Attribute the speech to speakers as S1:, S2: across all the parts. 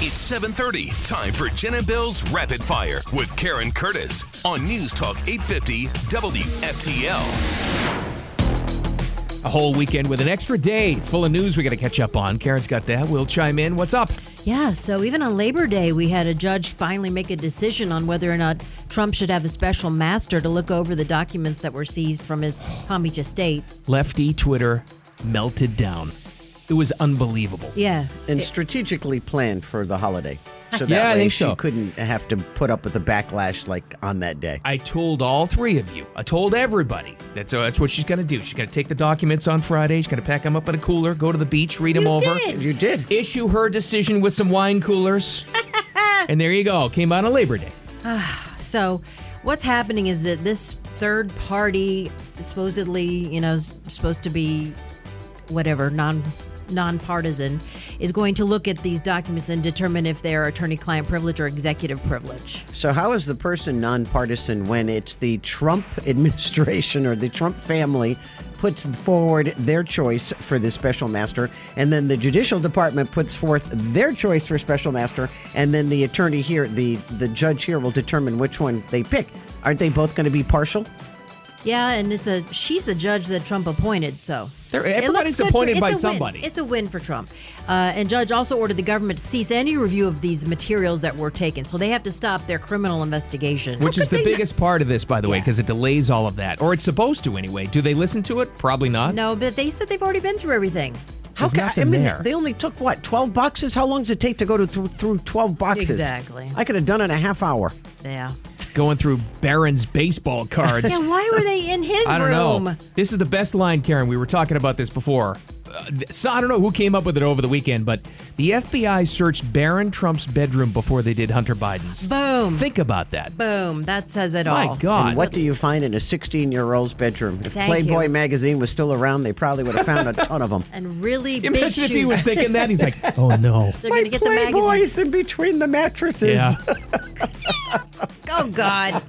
S1: It's 7:30. Time for Jen and Bill's Rapid Fire with Karen Curtis on News Talk 850 WFTL.
S2: A whole weekend with an extra day full of news we got to catch up on. Karen's got that. We'll chime in. What's up?
S3: Yeah, so even on Labor Day, we had a judge finally make a decision on whether or not Trump should have a special master to look over the documents that were seized from his commie estate.
S2: Lefty Twitter melted down. It was unbelievable.
S3: Yeah.
S4: and strategically planned for the holiday. So that
S2: Yeah, I
S4: way
S2: think
S4: she
S2: so.
S4: couldn't have to put up with the backlash like on that day.
S2: I told all three of you. I told everybody. That's uh, that's what she's gonna do. She's gonna take the documents on Friday. She's gonna pack them up in a cooler, go to the beach, read them
S3: You
S2: over,
S3: did.
S4: You did.
S2: issue her decision with some wine coolers, and there you go. Came out on Labor Day.
S3: So what's happening is that this third party supposedly, you know, is supposed to be whatever, non nonpartisan is going to look at these documents and determine if they are attorney-client privilege or executive privilege.
S4: So how is the person nonpartisan when it's the Trump administration or the Trump family puts forward their choice for the special master and then the judicial department puts forth their choice for special master and then the attorney here the the judge here will determine which one they pick. Aren't they both going to be partial?
S3: Yeah, and it's a she's a judge that Trump appointed, so
S2: They're-
S3: It
S2: everybody's
S3: looks good
S2: appointed
S3: it's
S2: by
S3: a win.
S2: somebody.
S3: It's a win for Trump. Uh, and judge also ordered the government to cease any review of these materials that were taken, so they have to stop their criminal investigation.
S2: Which is the biggest part of this, by the way,
S3: Yeah.
S2: because it delays all of that, or it's supposed to anyway. Do they listen to it? Probably not.
S3: no, but they said they've already been through everything.
S2: There's
S4: ca-
S2: nothing
S4: I mean,
S2: there.
S4: they only took what twelve boxes. How long does it take to go to through, through twelve boxes?
S3: Exactly.
S4: I could have done it in a half hour.
S3: Yeah.
S2: Going through Barron's baseball cards.
S3: Yeah, why were they in his
S2: I don't
S3: room?
S2: know. This is the best line, Karen. We were talking about this before. Uh, th- so I don't know who came up with it over the weekend, but the FBI searched Barron Trump's bedroom before they did Hunter Biden's.
S3: Boom.
S2: Think about that.
S3: Boom. That says it all.
S2: My God.
S4: And what do you find in a 16 year old's bedroom? If
S3: Thank
S4: Playboy
S3: you.
S4: magazine was still around, they probably would have found a ton of them.
S3: And really big
S2: Imagine
S3: shoes.
S2: if he was thinking that. He's like, oh no.
S3: They're going to get the magazines.
S4: Playboy's in between the mattresses.
S2: Yeah.
S3: Oh, God.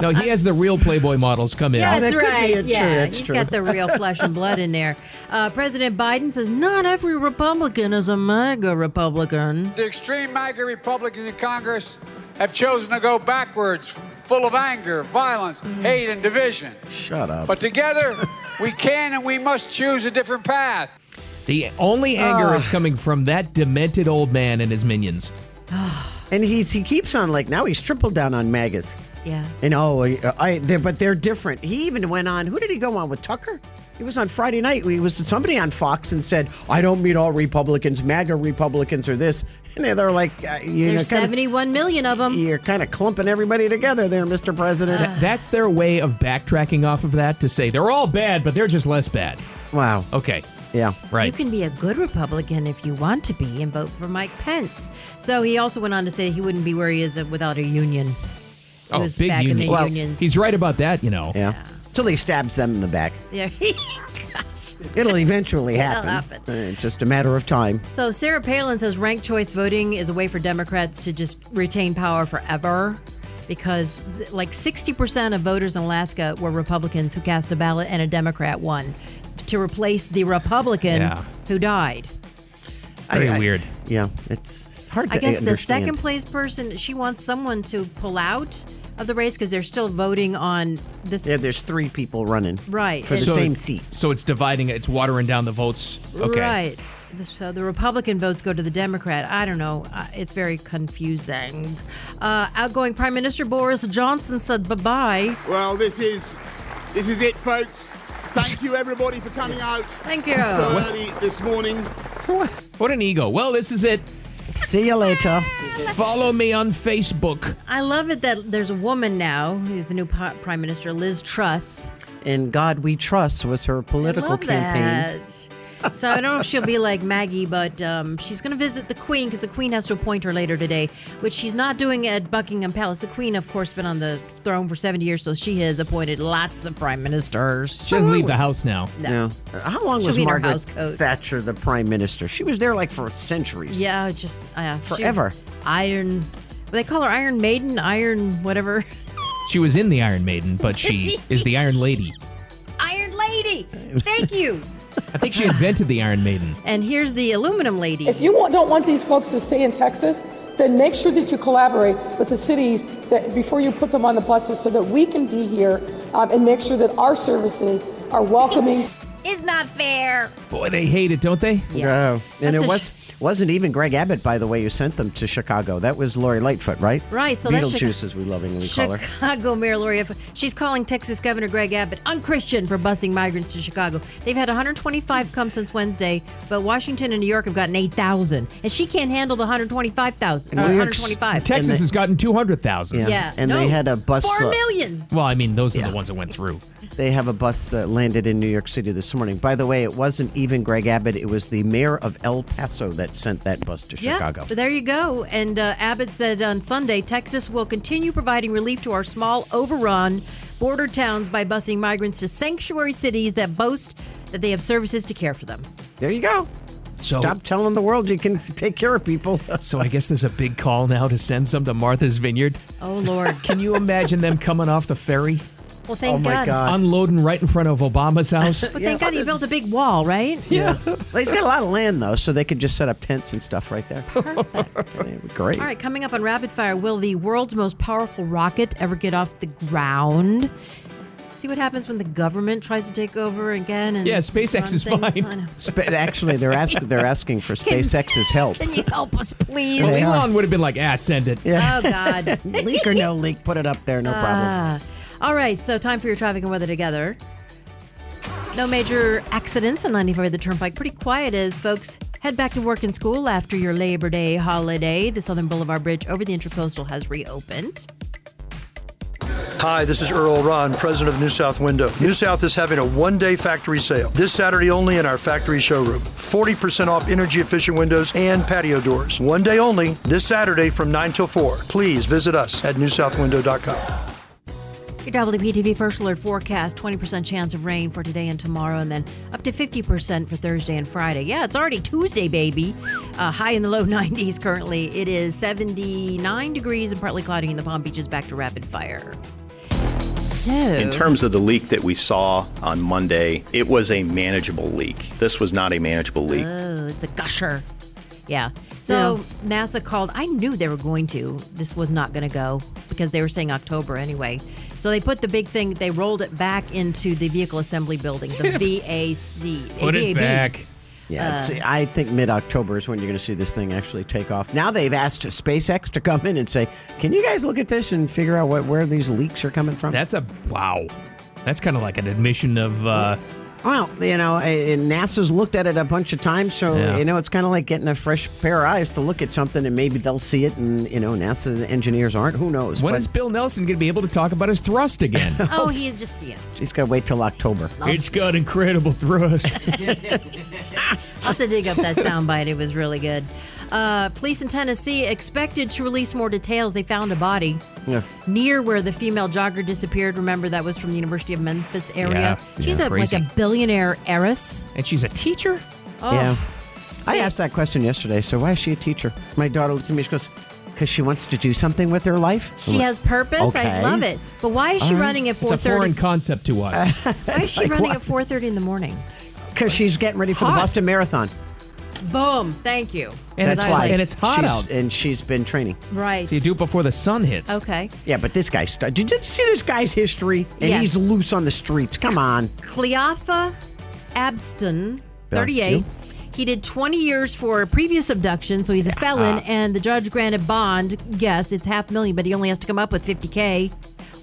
S2: No, he has the real Playboy models come in.
S3: Yeah, that's
S4: that could be
S3: right.
S4: a- true,
S3: yeah,
S4: that's
S3: he's
S4: true.
S3: got the real flesh and blood in there. Uh, President Biden says not every Republican is a MAGA Republican.
S5: The extreme MAGA Republicans in Congress have chosen to go backwards, full of anger, violence, hate, and division.
S4: Shut up.
S5: But together, we can and we must choose a different path.
S2: The only anger is coming from that demented old man and his minions.
S4: And he, he keeps on like, now he's tripled down on magas.
S3: Yeah.
S4: And oh, I, I- they're, but they're different. He even went on, who did he go on with? Tucker? He was on Friday night. He was somebody on Fox and said, I don't meet all Republicans. MAGA Republicans are this. And they're like, uh, you
S3: There's
S4: know, kind of-
S3: 71 million of them.
S4: You're kind of clumping everybody together there, Mr. President.
S2: That's their way of backtracking off of that to say they're all bad, but they're just less bad.
S4: wow.
S2: Okay.
S4: Yeah.
S2: Right.
S3: You can be a good Republican if you want to be and vote for Mike Pence. So he also went on to say he wouldn't be where he is without a union. He
S2: oh,
S3: was
S2: big
S3: back
S2: union.
S3: in the
S4: Well,
S3: unions.
S2: He's right about that, you know.
S4: Yeah. Till he stabs them in the back.
S3: Yeah.
S4: It'll eventually happen.
S3: happen.
S4: Uh, It's just a matter of time.
S3: So Sarah Palin says ranked choice voting is a way for Democrats to just retain power forever because th- like 60% of voters in Alaska were Republicans who cast a ballot and a Democrat won to replace the Republican
S2: Yeah.
S3: who died.
S2: Very
S4: I- I-
S2: weird.
S4: Yeah. It's hard to
S3: I guess the
S4: understand.
S3: second place person she wants someone to pull out of the race because they're still voting on this
S4: Yeah, there's three people running.
S3: Right,
S4: For the
S3: and-
S4: same seat.
S2: So it's dividing. It's watering down the votes. Okay.
S3: Right. So the Republican votes go to the Democrat. I don't know. Uh, It's very confusing. Uh, outgoing Prime Minister Boris Johnson said bye bye.
S6: Well, this is this is it, folks. Thank you, everybody, for coming out
S3: Thank you.
S7: Uh,
S6: so early this morning.
S2: What an ego. Well, this is it.
S4: See you later.
S2: Follow me on Facebook.
S3: I love it that there's a woman now who's the new po- Prime Minister, Liz Truss.
S4: In God We Trust was her political
S3: I love
S4: campaign.
S3: that. So I don't know if she'll be like Maggie, but um, she's going to visit the Queen because the Queen has to appoint her later today, which she's not doing at Buckingham Palace. The Queen, of course, been on the throne for 70 years, so she has appointed lots of prime ministers.
S2: She doesn't leave the house now.
S4: Yeah. How long
S3: She'll
S4: was
S3: be in her
S4: Margaret
S3: house coat.
S4: Thatcher the prime minister? She was there like for centuries.
S3: Yeah, it's just uh, she-
S4: Forever.
S3: iron. They call her Iron Maiden, Iron whatever,
S2: She was in the Iron Maiden, but she is the Iron Lady.
S3: Iron Lady. Thank you.
S2: I think she invented the Iron Maiden.
S3: And here's the aluminum lady.
S7: If you want, don't want these folks to stay in Texas, then make sure that you collaborate with the cities that before you put them on the buses, so that we can be here um, and make sure that our services are welcoming.
S3: it's not fair.
S2: Boy, they hate it, don't they?
S3: Yeah.
S4: Oh, and
S3: That's
S4: it
S3: a
S4: was wasn't even Greg Abbott, by the way, who sent them to Chicago. That was Lori Lightfoot, right?
S3: Right, so that's
S4: Beetlejuice,
S3: Chica-
S4: as we lovingly call her.
S3: Chicago Mayor Lori F. She's calling Texas Governor Greg Abbott unchristian for busing migrants to Chicago. They've had 125 come since Wednesday, but Washington and New York have gotten 8,000, and she can't handle the 125,000. Uh,
S4: New York's
S3: 125.
S2: Texas
S4: And they-
S2: has gotten 200,000.
S4: Yeah.
S3: yeah,
S4: And
S3: no,
S4: they had a bus,
S3: Four
S4: uh,
S3: million.
S2: Well, I mean, those are the ones that went through.
S4: They have a bus that landed in New York City this morning. By the way, it wasn't even Greg Abbott. It was the mayor of El Paso that sent that bus to Chicago.
S3: Yeah, but there you go. And uh, Abbott said on Sunday, Texas will continue providing relief to our small, overrun border towns by busing migrants to sanctuary cities that boast that they have services to care for them.
S4: There you go.
S2: So-
S4: Stop telling the world you can take care of people.
S2: So I guess there's a big call now to send some to Martha's Vineyard.
S3: Oh Lord!
S2: Can you imagine them coming off the ferry,
S3: Well,
S2: Oh,
S3: thank
S4: my God.
S2: unloading right in front of Obama's house?
S3: But thank God he built a big wall, right?
S4: Yeah. well, he's got a lot of land, though, so they could just set up tents and stuff right there. That'd be Great.
S3: All right, coming up on Rapid Fire, will the world's most powerful rocket ever get off the ground? See what happens when the government tries to take over again. And
S2: Yeah, SpaceX
S3: run
S2: is
S3: things?
S2: fine.
S3: I know.
S4: Sp- actually, they're, ask- they're asking for
S3: Can-
S4: SpaceX's help.
S3: Can you help us, please?
S2: Well,
S4: They are.
S2: Elon would have been like, ah, send it.
S3: Oh God.
S4: leak or no leak, put it up there, no
S3: Ah.
S4: problem.
S3: All right, so time for your traffic and weather together. No major accidents on 94 the Turnpike. Pretty quiet as folks head back to work and school after your Labor Day holiday. The Southern Boulevard Bridge over the Intercoastal has reopened.
S8: Hi, this is Earl Ron, president of New South Window. New South is having a one day factory sale this Saturday only in our factory showroom. 40% off energy efficient windows and patio doors. One day only this Saturday from 9 till 4. Please visit us at newsouthwindow.com.
S3: Your WPTV First Alert forecast 20% chance of rain for today and tomorrow, and then up to 50% for Thursday and Friday. Yeah, it's already Tuesday, baby. Uh, high in the low 90s currently. It is 79 degrees and partly cloudy in the Palm Beaches back to rapid fire. So,
S9: In terms of the leak that we saw on Monday, it was a manageable leak. This was not a manageable leak.
S3: Oh, it's a gusher. Yeah. So NASA called. I knew they were going to. This was not going to go because they were saying October anyway. So they put the big thing. They rolled it back into the vehicle assembly building, the VAC.
S2: Put it
S3: VAB.
S2: back.
S4: Yeah, see, I think mid-October is when you're going to see this thing actually take off. Now they've asked SpaceX to come in and say, "Can you guys look at this and figure out what, where these leaks are coming from?"
S2: That's a wow. That's kind of like an admission of uh,
S4: well, you know, and NASA's looked at it a bunch of times, so
S2: Yeah.
S4: you know it's kind of like getting a fresh pair of eyes to look at something, and maybe they'll see it, and you know, NASA engineers aren't. Who knows?
S2: when
S4: But
S2: is Bill Nelson going to be able to talk about his thrust again?
S3: Oh, he just yeah.
S4: he's got to wait till October.
S2: it's got incredible thrust.
S3: I'll have to dig up that soundbite. It was really good. Uh, police in Tennessee expected to release more details. They found a body
S4: Yeah.
S3: near where the female jogger disappeared. Remember that was from the University of Memphis
S2: Yeah.
S3: area. She's
S2: Yeah.
S3: a, like
S2: Crazy.
S3: a billionaire heiress.
S2: and she's a teacher?
S3: Oh,
S4: Yeah. I asked that question yesterday. So why is she a teacher? My daughter looked at me. She goes, "Because she wants to do something with her life."
S3: She has purpose. I
S4: Okay.
S3: love it. But why is she running at
S2: It's
S3: four
S2: a foreign
S3: thirty?
S2: concept to us.
S3: Why is she running at four thirty in the morning?
S4: Because she's getting ready for the
S2: Hot.
S4: Boston Marathon.
S3: Boom! Thank you.
S2: And it's
S3: I
S2: hot-
S3: like-
S2: and it's hot
S4: she's,
S2: out.
S4: And she's been training.
S3: right.
S2: So you do it before the sun hits.
S3: okay.
S4: Yeah, but this guy, st- did you see this guy's history? And
S3: Yes.
S4: he's loose on the streets. Come on.
S3: Cleofa Abston,
S4: That's
S3: thirty-eight.
S4: you.
S3: He did 20 years for a previous abduction, so he's a felon, and the judge granted bond. Yes, it's half million, but he only has to come up with 50K.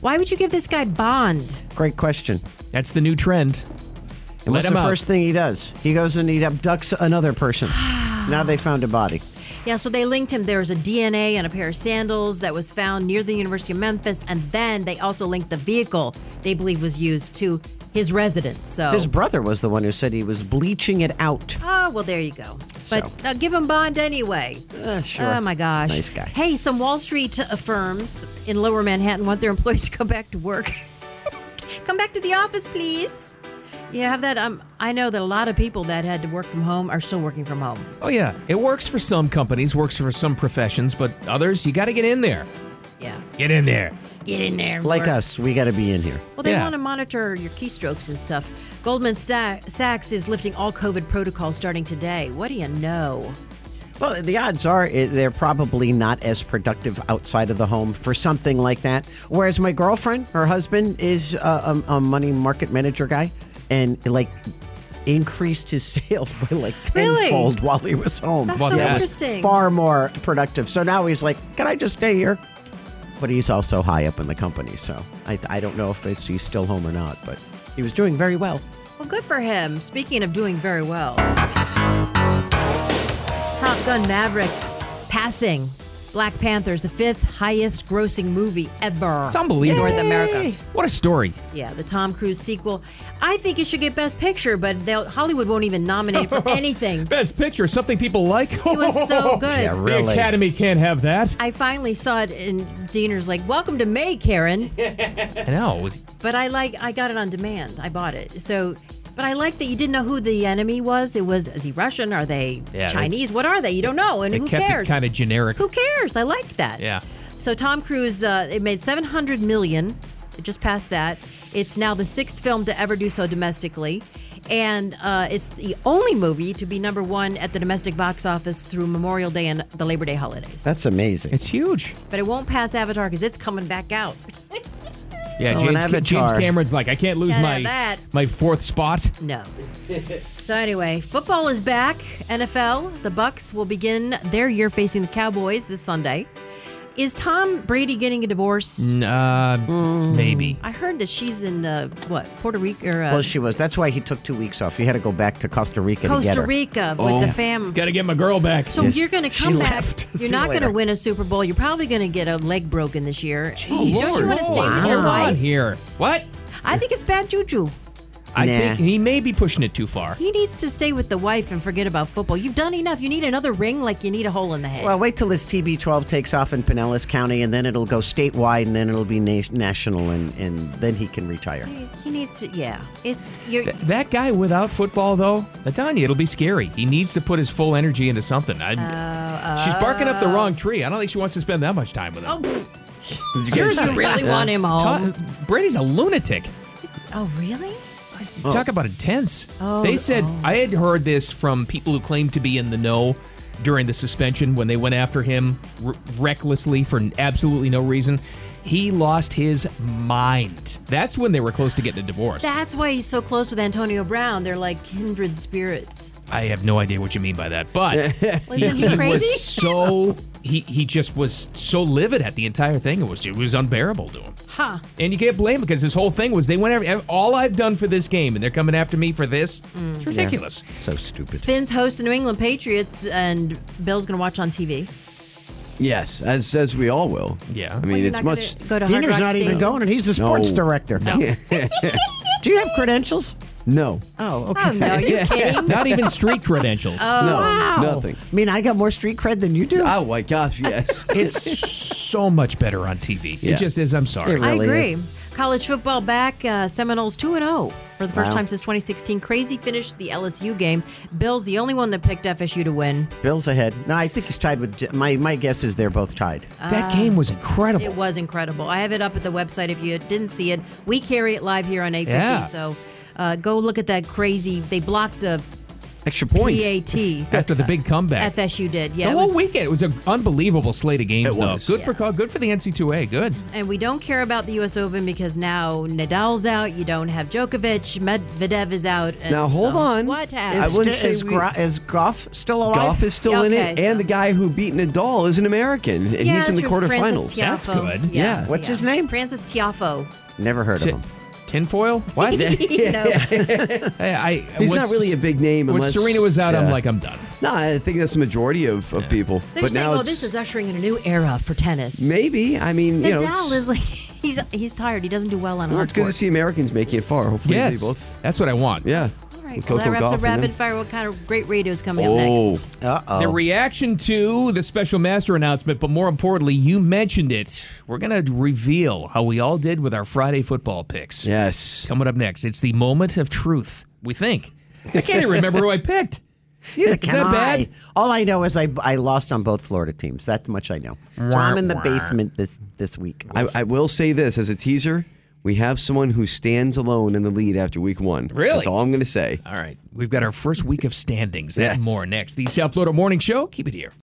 S3: Why would you give this guy bond?
S4: Great question.
S2: That's the new trend.
S4: And
S2: Let
S4: what's
S2: him
S4: the
S2: out.
S4: first thing he does? He goes and he abducts another person. now they found a body.
S3: Yeah, so they linked him. There was a DNA and a pair of sandals that was found near the University of Memphis, and then they also linked the vehicle they believe was used to his residence. So,
S4: His brother was the one who said he was bleaching it out.
S3: oh well, there you go.
S4: So.
S3: But now give him bond anyway.
S4: Uh, sure.
S3: Oh my gosh.
S4: Nice guy.
S3: Hey, some Wall Street uh, firms in Lower Manhattan want their employees to go back to work. Come back to the office, please. Yeah, have that. Um, I know that a lot of people that had to work from home are still working from home.
S2: Oh, yeah. It works for some companies, works for some professions, but others, you got to get in there.
S3: Yeah.
S2: Get in there.
S3: Get in there.
S4: Like
S3: work.
S4: us, we got to be in here.
S3: Well, they
S2: Yeah.
S3: want to monitor your keystrokes and stuff. Goldman Sta- Sachs is lifting all COVID protocols starting today. What do you know?
S4: Well, the odds are eh, they're probably not as productive outside of the home for something like that. Whereas my girlfriend, her husband is a, a, a money market manager guy, and like increased his sales by like
S3: Really?
S4: tenfold while he was home.
S3: That's
S2: Well,
S3: so
S2: yeah.
S3: interesting.
S4: Far more productive. So now he's like, "Can I just stay here?" But he's also high up in the company, so I, I don't know if it's, he's still home or not. But he was doing very well.
S3: Well, good for him. Speaking of doing very well, Top Gun Maverick passing Black Panther's the fifth highest grossing movie ever.
S2: It's unbelievable.
S3: In North America.
S2: What a story.
S3: Yeah, the Tom Cruise sequel. I think it should get Best Picture, but they'll, Hollywood won't even nominate it for anything.
S2: Best picture, something people like. It
S3: was so good. Yeah,
S2: The
S4: really.
S2: Academy can't have that.
S3: I finally saw it, and Diener's like, "Welcome to May, Karen."
S2: I know.
S3: But I like I got it on demand. I bought it. So but I like that you didn't know who the enemy was. It was is he Russian? Are they
S2: Yeah, they-
S3: Chinese? what are they? You don't know. And
S2: They
S3: who
S2: kept it
S3: cares?
S2: kind of generic.
S3: who cares? I like that.
S2: Yeah.
S3: So Tom Cruise uh, it made 700 million. It just passed that. It's now the sixth film to ever do so domestically. And uh, it's the only movie to be number one at the domestic box office through Memorial Day and the Labor Day holidays.
S4: That's amazing.
S2: It's huge.
S3: but it won't pass Avatar because it's coming back out.
S2: Yeah,
S4: Well, Oh, an
S2: James, Ca- James
S4: avatar.
S2: Cameron's like, I can't lose
S3: Can't
S2: my
S3: have that.
S2: my fourth spot.
S3: No. so anyway, football is back. NFL, the Bucks will begin their year facing the Cowboys this Sunday. Is Tom Brady getting a divorce?
S2: N-
S3: Mm.
S2: Uh, Maybe.
S3: I heard that she's in uh, what Puerto Rico or uh,
S4: well, she was. That's why he took two weeks off. He had to go back to Costa Rica to get
S3: Costa
S4: her. Oh.
S3: Rica with the fam.
S2: Got to get my girl back.
S3: So you're going to
S4: She
S3: come back.
S4: left. See
S3: You're
S4: you
S3: not going to
S4: later.
S3: win a Super Bowl. You're probably going to get a leg broken this year.
S4: Oh,
S2: Oh,
S3: Don't you want to stay
S2: Whoa,
S3: with your
S2: hold on
S3: wife?
S2: here. What?
S3: I think it's bad juju.
S2: I
S4: Nah.
S2: think he may be pushing it too far.
S3: He needs to stay with the wife and forget about football. You've done enough. You need another ring like you need a hole in the head.
S4: Well, wait till this TB12 takes off in Pinellas County, and then it'll go statewide, and then it'll be na- national, and, and then he can retire.
S3: He needs to, yeah. It's you're,
S2: Th- That guy without football, though, I tell you, it'll be scary. He needs to put his full energy into something. I, she's barking up the wrong tree. I don't think she wants to spend that much time with him.
S3: Oh, pff,
S2: Seriously.
S3: you really want him home?
S2: Ta- Brady's a lunatic.
S3: It's- oh, really?
S2: Talk about intense.
S3: Oh,
S2: they said
S3: oh.
S2: I had heard this from people who claimed to be in the know during the suspension when they went after him r- recklessly for absolutely no reason. He lost his mind. That's when they were close to getting a divorce.
S3: That's why he's so close with Antonio Brown. They're like kindred spirits.
S2: I have no idea what you mean by that, but
S3: Wasn't he,
S2: was
S3: crazy?
S2: so he he just was so livid at the entire thing. It was it was unbearable to him.
S3: Huh.
S2: And you can't blame him because his whole thing was they went after all I've done for this game, and they're coming after me for this. It's
S3: Mm.
S2: ridiculous.
S4: So stupid.
S3: Finn's host the New England Patriots, and Bill's going to watch on TV.
S10: Yes, as as we all will.
S2: Yeah.
S10: I mean,
S3: Well, you're
S10: it's
S3: not
S10: much.
S3: gonna Go to Hard
S4: Dinner's
S3: Rock
S4: not even
S3: Stadium.
S4: going, and he's the sports
S10: No.
S4: director. Do you have credentials?
S10: No.
S4: Oh, okay.
S3: Oh no, are you kidding?
S2: Not even street
S3: Oh.
S2: credentials.
S10: no.
S4: Wow.
S10: Nothing.
S4: I mean, I got more street cred than you do.
S10: Oh my gosh! Yes.
S2: It's so much better on TV.
S10: Yeah.
S2: It just is. I'm sorry.
S4: It really
S3: I agree.
S4: is.
S3: College football back. Uh, Seminoles 2 and 0 for the first
S4: Wow.
S3: time since 2016. Crazy finished the LSU game. Bill's the only one that picked FSU to win.
S4: Bill's ahead. No, I think he's tied with. J- My my guess is they're both tied.
S2: that game was incredible.
S3: Ah. It was incredible. I have it up at the website if you didn't see it. We carry it live here on 850.
S2: Yeah.
S3: So uh, go look at that crazy. They blocked a
S10: Extra point.
S3: PAT.
S2: after the big comeback.
S3: FSU did. Yeah.
S2: the
S3: it
S2: whole
S3: was-
S2: weekend, it was an unbelievable slate of games.
S10: It
S2: though.
S10: was.
S2: Good for for good for the NC2A. Good.
S3: And we don't care about the U.S. Open because now Nadal's out. You don't have Djokovic. Medvedev is out. and
S10: Now, hold
S3: so
S10: on.
S3: What
S10: I
S3: happened?
S4: Is,
S10: wouldn't
S4: Sti-
S10: say
S4: is,
S10: we-
S4: Gra- is Goff still alive?
S10: Goff is still in
S3: Okay,
S10: it,
S3: so-
S10: and the guy who beat Nadal is an American, and
S3: Yeah,
S10: he's in
S3: it's
S10: the
S3: from
S10: quarterfinals.
S3: Francis
S2: That's
S3: Tiafoe.
S2: good.
S10: Yeah.
S4: What's his name?
S3: Francis Tiafo.
S4: Never heard of
S2: Ti-
S4: him.
S2: Tinfoil? What? I, I,
S10: He's
S2: when
S10: not really
S2: S-
S10: a big name
S2: When
S10: unless-
S2: Serena was out, I'm
S10: yeah.
S2: like, I'm done.
S10: No, I think that's the majority of, of people.
S3: They're
S10: but
S3: saying,
S10: now
S3: "Oh,
S10: it's
S3: this is ushering in a new era for tennis."
S10: maybe. I mean, you know,
S3: Nadal
S10: it's-
S3: is like he's he's tired. He doesn't do well on
S10: well,
S3: hard
S10: it's good to
S3: court.
S10: see Americans making it far. Hopefully,
S2: Yes.
S10: they both.
S2: That's what I want.
S10: Yeah.
S3: All right,
S10: With
S3: well,
S10: Coco
S3: that wraps
S10: Gauff
S3: up
S10: and
S3: rapid
S10: them.
S3: fire. What kind of great radio is coming
S10: Oh.
S3: up next?
S4: Uh oh.
S2: The reaction to the special master announcement, but more importantly, you mentioned it. We're going to reveal how we all did with our Friday football picks.
S10: Yes.
S2: Coming up next, it's the moment of truth, we think. I can't even remember who I picked.
S5: Neither
S2: Is that
S5: can
S2: bad?
S5: I. All I know is I, I lost on both Florida teams. That much I know. So I'm in the basement this this week.
S4: I, I will say this as a teaser. We have someone who stands alone in the lead after week one.
S2: Really?
S4: That's all I'm going to say.
S2: All right. We've got our first week of standings. That
S4: Yes.
S2: and more next. The South Florida Morning Show. Keep it here.